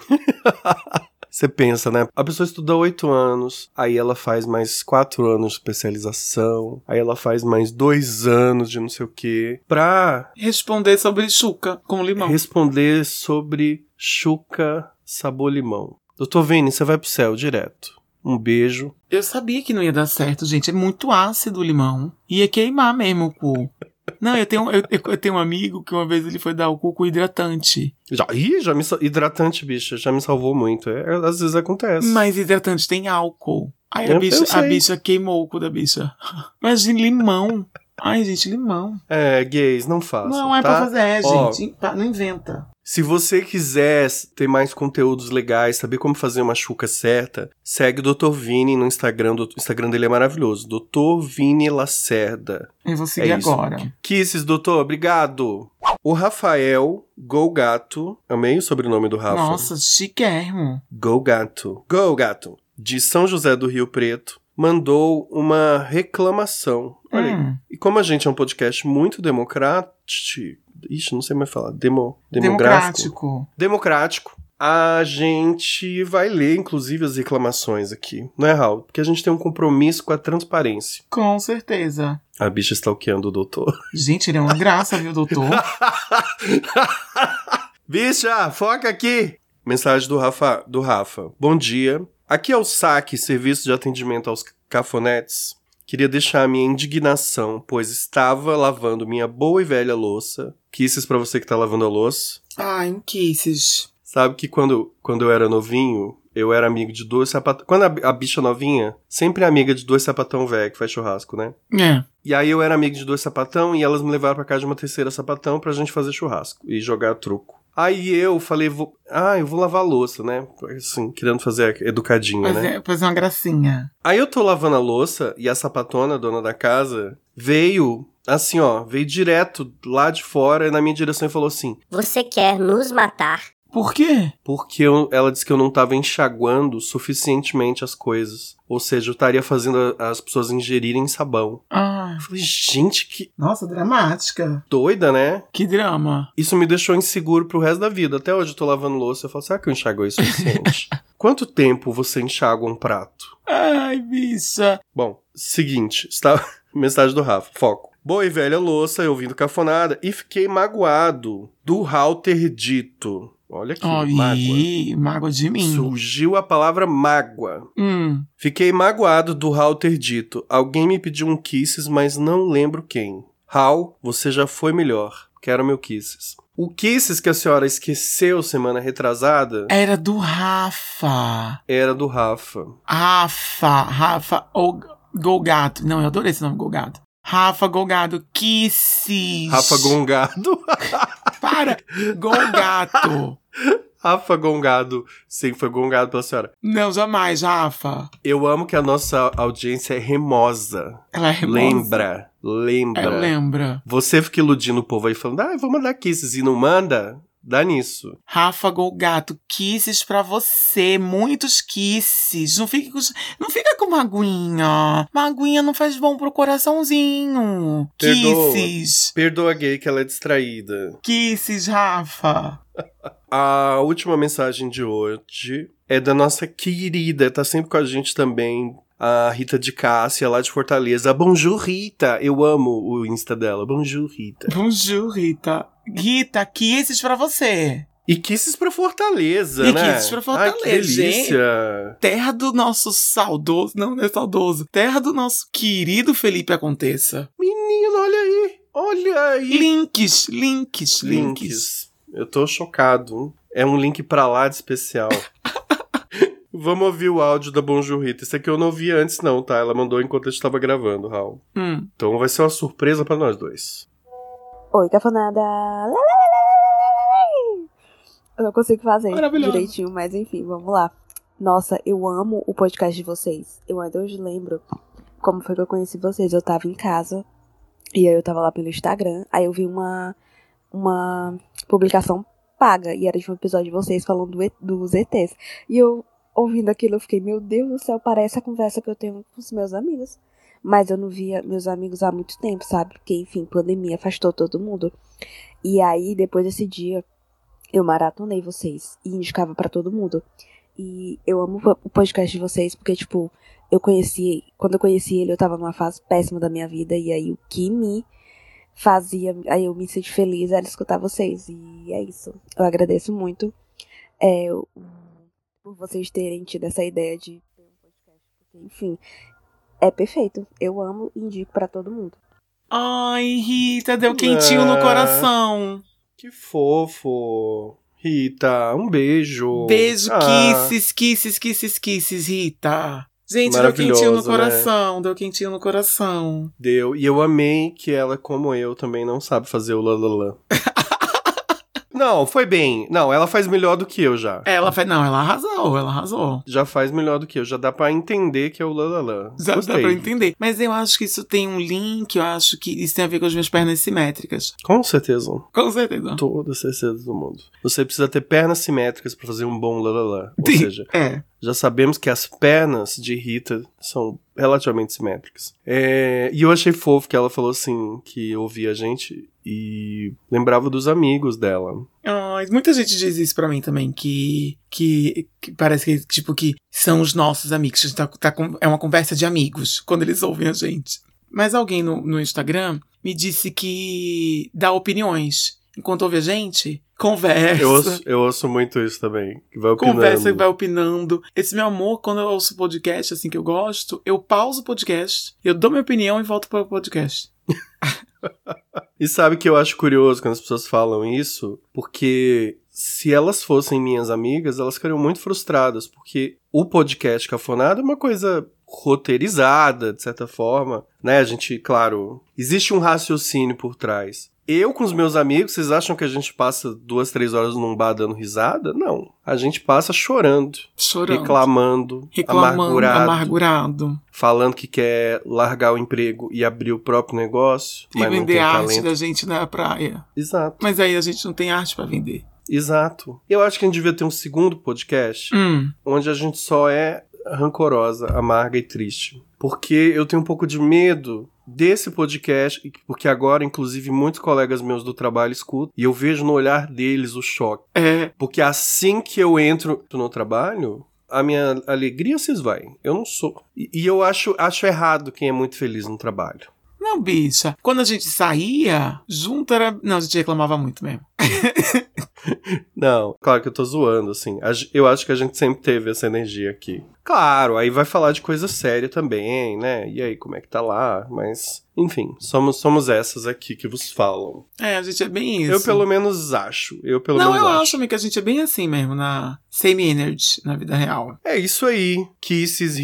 Speaker 1: Você pensa, né? A pessoa estuda oito anos, aí ela faz mais quatro anos de especialização, aí ela faz mais dois anos de não sei o quê, pra
Speaker 2: Responder sobre chuca com limão.
Speaker 1: responder sobre chuca sabor limão. Doutor Vini, você vai pro céu direto. Um beijo.
Speaker 2: Eu sabia que não ia dar certo, gente. É muito ácido o limão. Ia queimar mesmo o cu. Não, eu tenho, eu, eu tenho um amigo que uma vez ele foi dar o cu com hidratante.
Speaker 1: Já, ih, já me sal- hidratante, bicha, já me salvou muito. É, às vezes acontece.
Speaker 2: Mas hidratante tem álcool. Aí a
Speaker 1: Eu-
Speaker 2: bicha,
Speaker 1: eu
Speaker 2: a
Speaker 1: sei.
Speaker 2: bicha queimou o cu da bicha. Imagina limão. Ai, gente, limão.
Speaker 1: É, gays, não façam,
Speaker 2: não é
Speaker 1: tá?
Speaker 2: pra fazer, é,
Speaker 1: Ó.
Speaker 2: gente. Pa- Não inventa.
Speaker 1: Se você quiser ter mais conteúdos legais, saber como fazer uma chuca certa, segue o Dr. Vini no Instagram. O Instagram dele é maravilhoso. Dr. Vini Lacerda.
Speaker 2: Eu vou seguir
Speaker 1: É isso.
Speaker 2: agora.
Speaker 1: Kisses, doutor, obrigado. O Rafael Golgato, amei o sobrenome do Rafa.
Speaker 2: Nossa, chiquérrimo.
Speaker 1: Go Gato. Go Gato. De São José do Rio Preto, mandou uma reclamação. Olha aí.
Speaker 2: Hum,
Speaker 1: E como a gente é um podcast muito democrático. Ixi, não sei mais falar. Demo, demográfico.
Speaker 2: democrático.
Speaker 1: Democrático. A gente vai ler, inclusive, as reclamações aqui, não é, Raul? Porque a gente tem um compromisso com a transparência.
Speaker 2: Com certeza.
Speaker 1: A bicha stalkeando o doutor.
Speaker 2: Gente, ele é uma graça, viu, doutor?
Speaker 1: Bicha, foca aqui! Mensagem do Rafa, do Rafa. Bom dia. Aqui é o SAC, Serviço de Atendimento aos Cafonetes. Queria deixar a minha indignação, pois estava lavando minha boa e velha louça. Kisses pra você que tá lavando a louça.
Speaker 2: Ai, um kisses.
Speaker 1: Sabe que quando, quando eu era novinho, eu era amigo de dois sapatão. Quando a, a bicha novinha, sempre é amiga de dois sapatão velho que faz churrasco, né?
Speaker 2: É.
Speaker 1: E aí eu era amigo de dois sapatão e elas me levaram pra casa de uma terceira sapatão pra gente fazer churrasco e jogar truco. Aí eu falei, vou... ah, eu vou lavar a louça, né? Assim, querendo fazer educadinho,
Speaker 2: Pois
Speaker 1: né?
Speaker 2: é, pois é uma gracinha.
Speaker 1: Aí eu tô lavando a louça e a sapatona, dona da casa, veio assim, ó, veio direto lá de fora na minha direção e falou assim:
Speaker 4: Você quer nos matar?
Speaker 2: Por quê?
Speaker 1: Porque eu- ela disse que eu não tava enxaguando suficientemente as coisas. Ou seja, eu estaria fazendo a- as pessoas ingerirem sabão.
Speaker 2: Ah,
Speaker 1: Eu falei, gente, que
Speaker 2: nossa, dramática.
Speaker 1: doida, né?
Speaker 2: Que drama.
Speaker 1: Isso me deixou inseguro pro resto da vida. Até hoje eu tô lavando louça. Eu falo, será que eu enxago isso o suficiente? Quanto tempo você enxaga um prato?
Speaker 2: Ai, bicha.
Speaker 1: Bom, seguinte, está mensagem do Rafa, foco. Boa e velha louça, eu vim do cafonada e fiquei magoado do halter dito. Olha que
Speaker 2: Ó,
Speaker 1: mágoa.
Speaker 2: ih, mágoa de mim.
Speaker 1: Surgiu a palavra mágoa.
Speaker 2: Hum.
Speaker 1: Fiquei magoado do Hal ter dito. Alguém me pediu um kisses, mas não lembro quem. Hal, você já foi melhor. Quero meu kisses. O kisses que a senhora esqueceu semana retrasada
Speaker 2: Era do Rafa.
Speaker 1: era do Rafa.
Speaker 2: Rafa, Rafa ou Golgato. Não, eu adorei esse nome, Golgato. Rafa Golgado, kisses.
Speaker 1: Rafa Gongado.
Speaker 2: Para, Golgato.
Speaker 1: Rafa Gongado, sim, foi gongado pela senhora.
Speaker 2: Não, jamais, Rafa.
Speaker 1: Eu amo que a nossa audiência é remosa.
Speaker 2: Ela é remosa.
Speaker 1: Lembra, lembra.
Speaker 2: É, lembra.
Speaker 1: Você fica iludindo o povo aí falando, ah, eu vou mandar kisses e não manda? Dá nisso.
Speaker 2: Rafa Golgato, kisses pra você, muitos kisses. Não fica com, não fica com maguinha. Maguinha não faz bom pro coraçãozinho.
Speaker 1: Perdoa.
Speaker 2: Kisses.
Speaker 1: Perdoa a gay que ela é distraída.
Speaker 2: Kisses, Rafa.
Speaker 1: A última mensagem de hoje é da nossa querida, tá sempre com a gente também, a Rita de Cássia, lá de Fortaleza. Bonjour, Rita! Eu amo o Insta dela. Bonjour, Rita.
Speaker 2: Bonjour, Rita. Rita, kisses pra você.
Speaker 1: E kisses pra Fortaleza,
Speaker 2: E
Speaker 1: né?
Speaker 2: kisses pra
Speaker 1: Ai, que
Speaker 2: Fortaleza, hein?
Speaker 1: delícia!
Speaker 2: Terra do nosso saudoso, não, não é saudoso. Terra do nosso querido Felipe Aconteça.
Speaker 1: Menino, olha aí! Olha aí!
Speaker 2: Links, links, links.
Speaker 1: Links. Eu tô chocado. É um link pra lá de especial. Vamos ouvir o áudio da Bonjour Rita. Esse aqui eu não ouvi antes, não, tá? Ela mandou enquanto a gente tava gravando, Raul.
Speaker 2: Hum.
Speaker 1: Então vai ser uma surpresa pra nós dois.
Speaker 7: Oi, cafonada! Lá, lá, lá, lá, lá, lá, lá. Eu não consigo fazer
Speaker 2: Maravilhosa.
Speaker 7: direitinho, mas enfim, vamos lá. Nossa, eu amo o podcast de vocês. Eu ainda hoje lembro como foi que eu conheci vocês. Eu tava em casa, e aí eu tava lá pelo Instagram, aí eu vi uma, uma publicação paga, e era de um episódio de vocês falando do E- dos ETs. E eu, ouvindo aquilo, eu fiquei, meu Deus do céu, parece a conversa que eu tenho com os meus amigos. Mas eu não via meus amigos há muito tempo, sabe? Porque, enfim, pandemia afastou todo mundo. E aí, depois desse dia, eu maratonei vocês e indicava pra todo mundo. E eu amo o podcast de vocês porque, tipo, eu conheci. Quando eu conheci ele, eu tava numa fase péssima da minha vida. E aí, o que me fazia. Aí eu me senti feliz era escutar vocês. E é isso. Eu agradeço muito é, o- por vocês terem tido essa ideia de ter um podcast. Porque, enfim, é perfeito. Eu amo e indico pra todo mundo.
Speaker 2: Ai, Rita, deu quentinho
Speaker 1: Ah.
Speaker 2: no coração.
Speaker 1: Que fofo! Rita, um beijo!
Speaker 2: Beijo,
Speaker 1: Ah,
Speaker 2: kisses, kisses, kisses, kisses, Rita. Gente, deu quentinho no
Speaker 1: Maravilhoso, né?
Speaker 2: coração, deu quentinho no coração.
Speaker 1: Deu. E eu amei que ela, como eu, também não sabe fazer o lalala. não, foi bem. Não, ela faz melhor do que eu já.
Speaker 2: Ela fez, não, ela arrasou, ela arrasou.
Speaker 1: Já faz melhor do que eu. Já dá pra entender que é o lalala.
Speaker 2: Já
Speaker 1: Gostei.
Speaker 2: dá pra entender. Mas eu acho que isso tem um link, eu acho que isso tem a ver com as minhas pernas simétricas.
Speaker 1: Com certeza.
Speaker 2: Com certeza.
Speaker 1: Toda a certeza do mundo. Você precisa ter pernas simétricas pra fazer um bom lalala. Ou
Speaker 2: Tem-
Speaker 1: seja,
Speaker 2: É.
Speaker 1: Já sabemos que as pernas de Rita são relativamente simétricas. É, e eu achei fofo que ela falou assim, que ouvia a gente e lembrava dos amigos dela.
Speaker 2: Ai, muita gente diz isso pra mim também, que, que, que parece que, tipo, que são os nossos amigos. que Tá, tá com- é uma conversa de amigos quando eles ouvem a gente. Mas alguém no, no Instagram me disse que dá opiniões. Enquanto ouve a gente, conversa.
Speaker 1: Eu ouço, eu ouço muito isso também, que vai opinando.
Speaker 2: É Conversa e vai opinando. Esse meu amor, quando eu ouço podcast assim que eu gosto, eu pauso o podcast, eu dou minha opinião e volto para o podcast.
Speaker 1: E sabe que eu acho curioso quando as pessoas falam isso? Porque se elas fossem minhas amigas, elas ficariam muito frustradas, porque o podcast cafonado é uma coisa roteirizada, de certa forma, né? A gente, claro, existe um raciocínio por trás. Eu com os meus amigos, vocês acham que a gente passa duas, três horas num bar dando risada? Não. A gente passa chorando,
Speaker 2: Chorando.
Speaker 1: reclamando,
Speaker 2: Reclamando,
Speaker 1: amargurado,
Speaker 2: amargurado.
Speaker 1: falando que quer largar o emprego e abrir o próprio negócio,
Speaker 2: E
Speaker 1: mas não
Speaker 2: vender né?
Speaker 1: tem
Speaker 2: arte
Speaker 1: talento.
Speaker 2: da gente na praia.
Speaker 1: Exato.
Speaker 2: Mas aí a gente não tem arte pra vender.
Speaker 1: Exato. Eu acho que a gente devia ter um segundo podcast
Speaker 2: Hum,
Speaker 1: onde a gente só é rancorosa, amarga e triste. Porque eu tenho um pouco de medo desse podcast, e- porque agora, inclusive, muitos colegas meus do trabalho escutam e eu vejo no olhar deles o choque.
Speaker 2: é.
Speaker 1: Porque assim que eu entro no trabalho. A minha alegria se esvai. Eu não sou. E, e eu acho, acho errado quem é muito feliz no trabalho.
Speaker 2: Não, bicha. Quando a gente saía, junto era. Não, a gente reclamava muito mesmo.
Speaker 1: Não, claro que eu tô zoando, assim. A ge- Eu acho que a gente sempre teve essa energia aqui. Claro, aí vai falar de coisa séria também, né? E aí, como é que tá lá? Mas, enfim, somos, somos essas aqui que vos falam.
Speaker 2: É, a gente é bem isso.
Speaker 1: Eu pelo menos acho. Eu pelo
Speaker 2: não,
Speaker 1: menos
Speaker 2: eu
Speaker 1: acho.
Speaker 2: acho, amiga, que a gente é bem assim mesmo, na same energy, na vida real.
Speaker 1: É isso aí. Kisses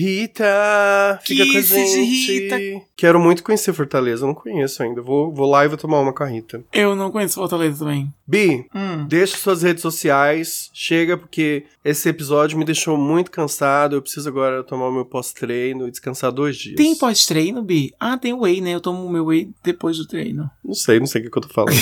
Speaker 1: Rita! Fica com a
Speaker 2: Kisses,
Speaker 1: gente. Quero muito conhecer Fortaleza, eu não conheço ainda. Vou, vou lá e vou tomar uma com a Rita.
Speaker 2: Eu não conheço Fortaleza também.
Speaker 1: Bi,
Speaker 2: Hum.
Speaker 1: deixa suas redes sociais. Chega, porque esse episódio me deixou muito cansado. Eu preciso agora tomar o meu pós-treino e descansar dois dias.
Speaker 2: Tem pós-treino, Bi? Ah, tem whey, né? Eu tomo o meu whey depois do treino.
Speaker 1: Não sei, não sei o que, que eu tô falando.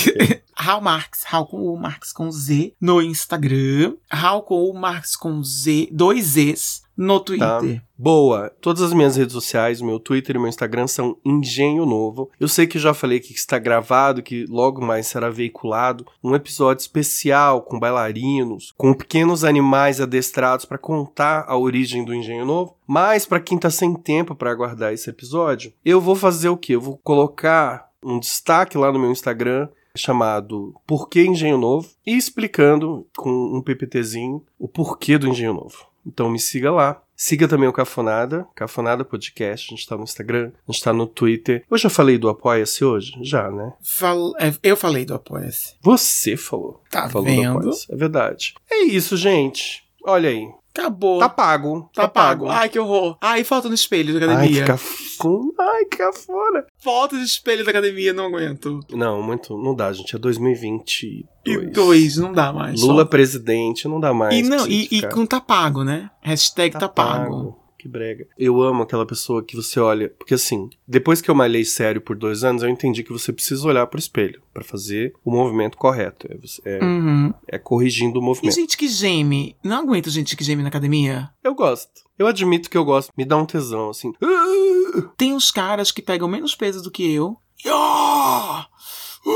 Speaker 2: Raul Marx, Raul com o Marx com Z no Instagram. Raul com o Marx com Z, dois Zs no
Speaker 1: Tá.
Speaker 2: Twitter.
Speaker 1: Boa! Todas as minhas redes sociais, meu Twitter e meu Instagram são Engenho Novo. Eu sei que eu já falei que está gravado, que logo mais será veiculado um episódio especial com bailarinos, com pequenos animais adestrados para contar a origem do Engenho Novo. Mas para quem está sem tempo para aguardar esse episódio, eu vou fazer o quê? Eu vou colocar um destaque lá no meu Instagram chamado Por que Engenho Novo e explicando com um PPTzinho o porquê do Engenho Novo. Então me siga lá. Siga também o Cafonada, Cafonada Podcast. A gente tá no Instagram, a gente tá no Twitter. Eu já falei do Apoia-se hoje? Já, né?
Speaker 2: Fal- é, eu falei do Apoia-se.
Speaker 1: Você falou.
Speaker 2: Tá
Speaker 1: falou do
Speaker 2: vendo?
Speaker 1: Apoia-se. É verdade. É isso, gente. Olha aí.
Speaker 2: Acabou.
Speaker 1: Tá pago.
Speaker 2: Tá pago. Ai, que horror. Ai, falta no espelho da
Speaker 1: Ai,
Speaker 2: academia.
Speaker 1: que cafona. Ai, que cafona.
Speaker 2: Falta no espelho da academia, não aguento.
Speaker 1: Não, muito. Não dá, gente. É 2022.
Speaker 2: E dois, não dá mais.
Speaker 1: Lula
Speaker 2: Só-
Speaker 1: presidente, não dá mais.
Speaker 2: E, não,
Speaker 1: pra
Speaker 2: e,
Speaker 1: você
Speaker 2: e
Speaker 1: ficar.
Speaker 2: com tá pago, né? Hashtag tá, pago.
Speaker 1: Que brega. Eu amo aquela pessoa que você olha. Porque assim, depois que eu malhei sério por dois anos, eu entendi que você precisa olhar pro espelho pra fazer o movimento correto. É, você- é-
Speaker 2: Uhum.
Speaker 1: é corrigindo o
Speaker 2: E
Speaker 1: movimento.
Speaker 2: gente que geme. Não aguento gente que geme na academia.
Speaker 1: Eu gosto. Eu admito que eu gosto. Me dá um tesão, assim. Ah!
Speaker 2: Tem uns caras que pegam menos peso do que eu. E ó!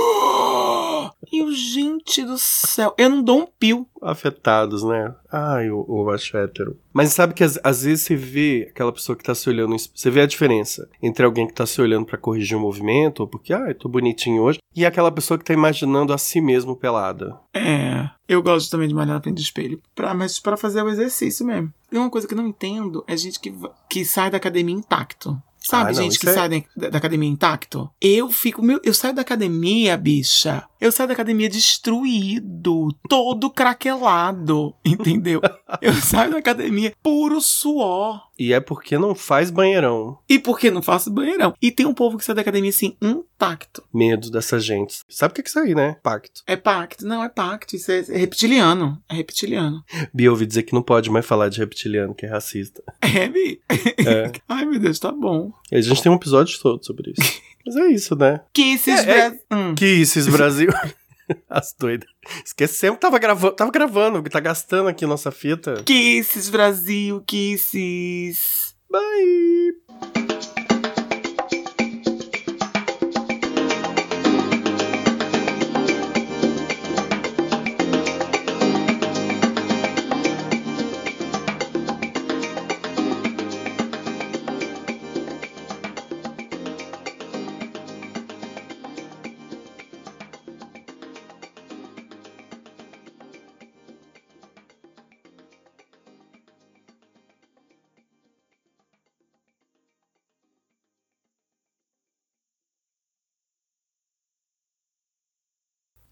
Speaker 2: ó, E o gente do céu. Eu não dou um pio.
Speaker 1: Afetados, né? Ai, o, o macho hétero. Mas sabe que às, às vezes você vê aquela pessoa que tá se olhando. no espelho, Você vê a diferença entre alguém que tá se olhando pra corrigir o movimento, ou porque, ah, eu tô bonitinho hoje, e aquela pessoa que tá imaginando a si mesmo pelada.
Speaker 2: É. Eu gosto também de malhar na frente do espelho. Pra, mas pra fazer o exercício mesmo. E uma coisa que eu não entendo é gente que, va- que sai da academia intacto. Sabe,
Speaker 1: Ah, não,
Speaker 2: gente
Speaker 1: isso
Speaker 2: que
Speaker 1: é-
Speaker 2: sai da- da, da academia intacto? Eu fico. Meu, eu saio da academia, bicha. Eu saio da academia destruído, todo craquelado. Entendeu? eu saio da academia puro suor.
Speaker 1: E é porque não faz banheirão.
Speaker 2: E por que não faço banheirão? E tem um povo que sai da academia assim, intacto.
Speaker 1: Medo dessa gente. Sabe o que é isso aí, né? Pacto.
Speaker 2: É pacto? Não, é pacto. Isso é, é reptiliano. É reptiliano.
Speaker 1: Bia ouvi dizer que não pode mais falar de reptiliano, que é racista.
Speaker 2: É, Bi?
Speaker 1: É.
Speaker 2: Ai, meu Deus, tá bom.
Speaker 1: E a gente tem um episódio todo sobre isso. Mas é isso, né?
Speaker 2: Kisses
Speaker 1: É, é-
Speaker 2: Bra- Hum.
Speaker 1: Que isso, esse Brasil. As doidas. Esquecemos que tava gravando. Tava gravando, que tá gastando aqui nossa fita.
Speaker 2: Kisses Brasil, kisses.
Speaker 1: Bye!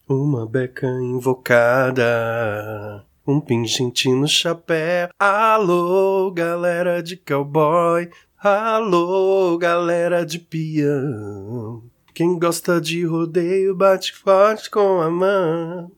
Speaker 1: Uma beca invocada, um pingente no chapéu. Alô, galera de cowboy. Alô, galera de peão. Quem gosta de rodeio bate forte com a mão.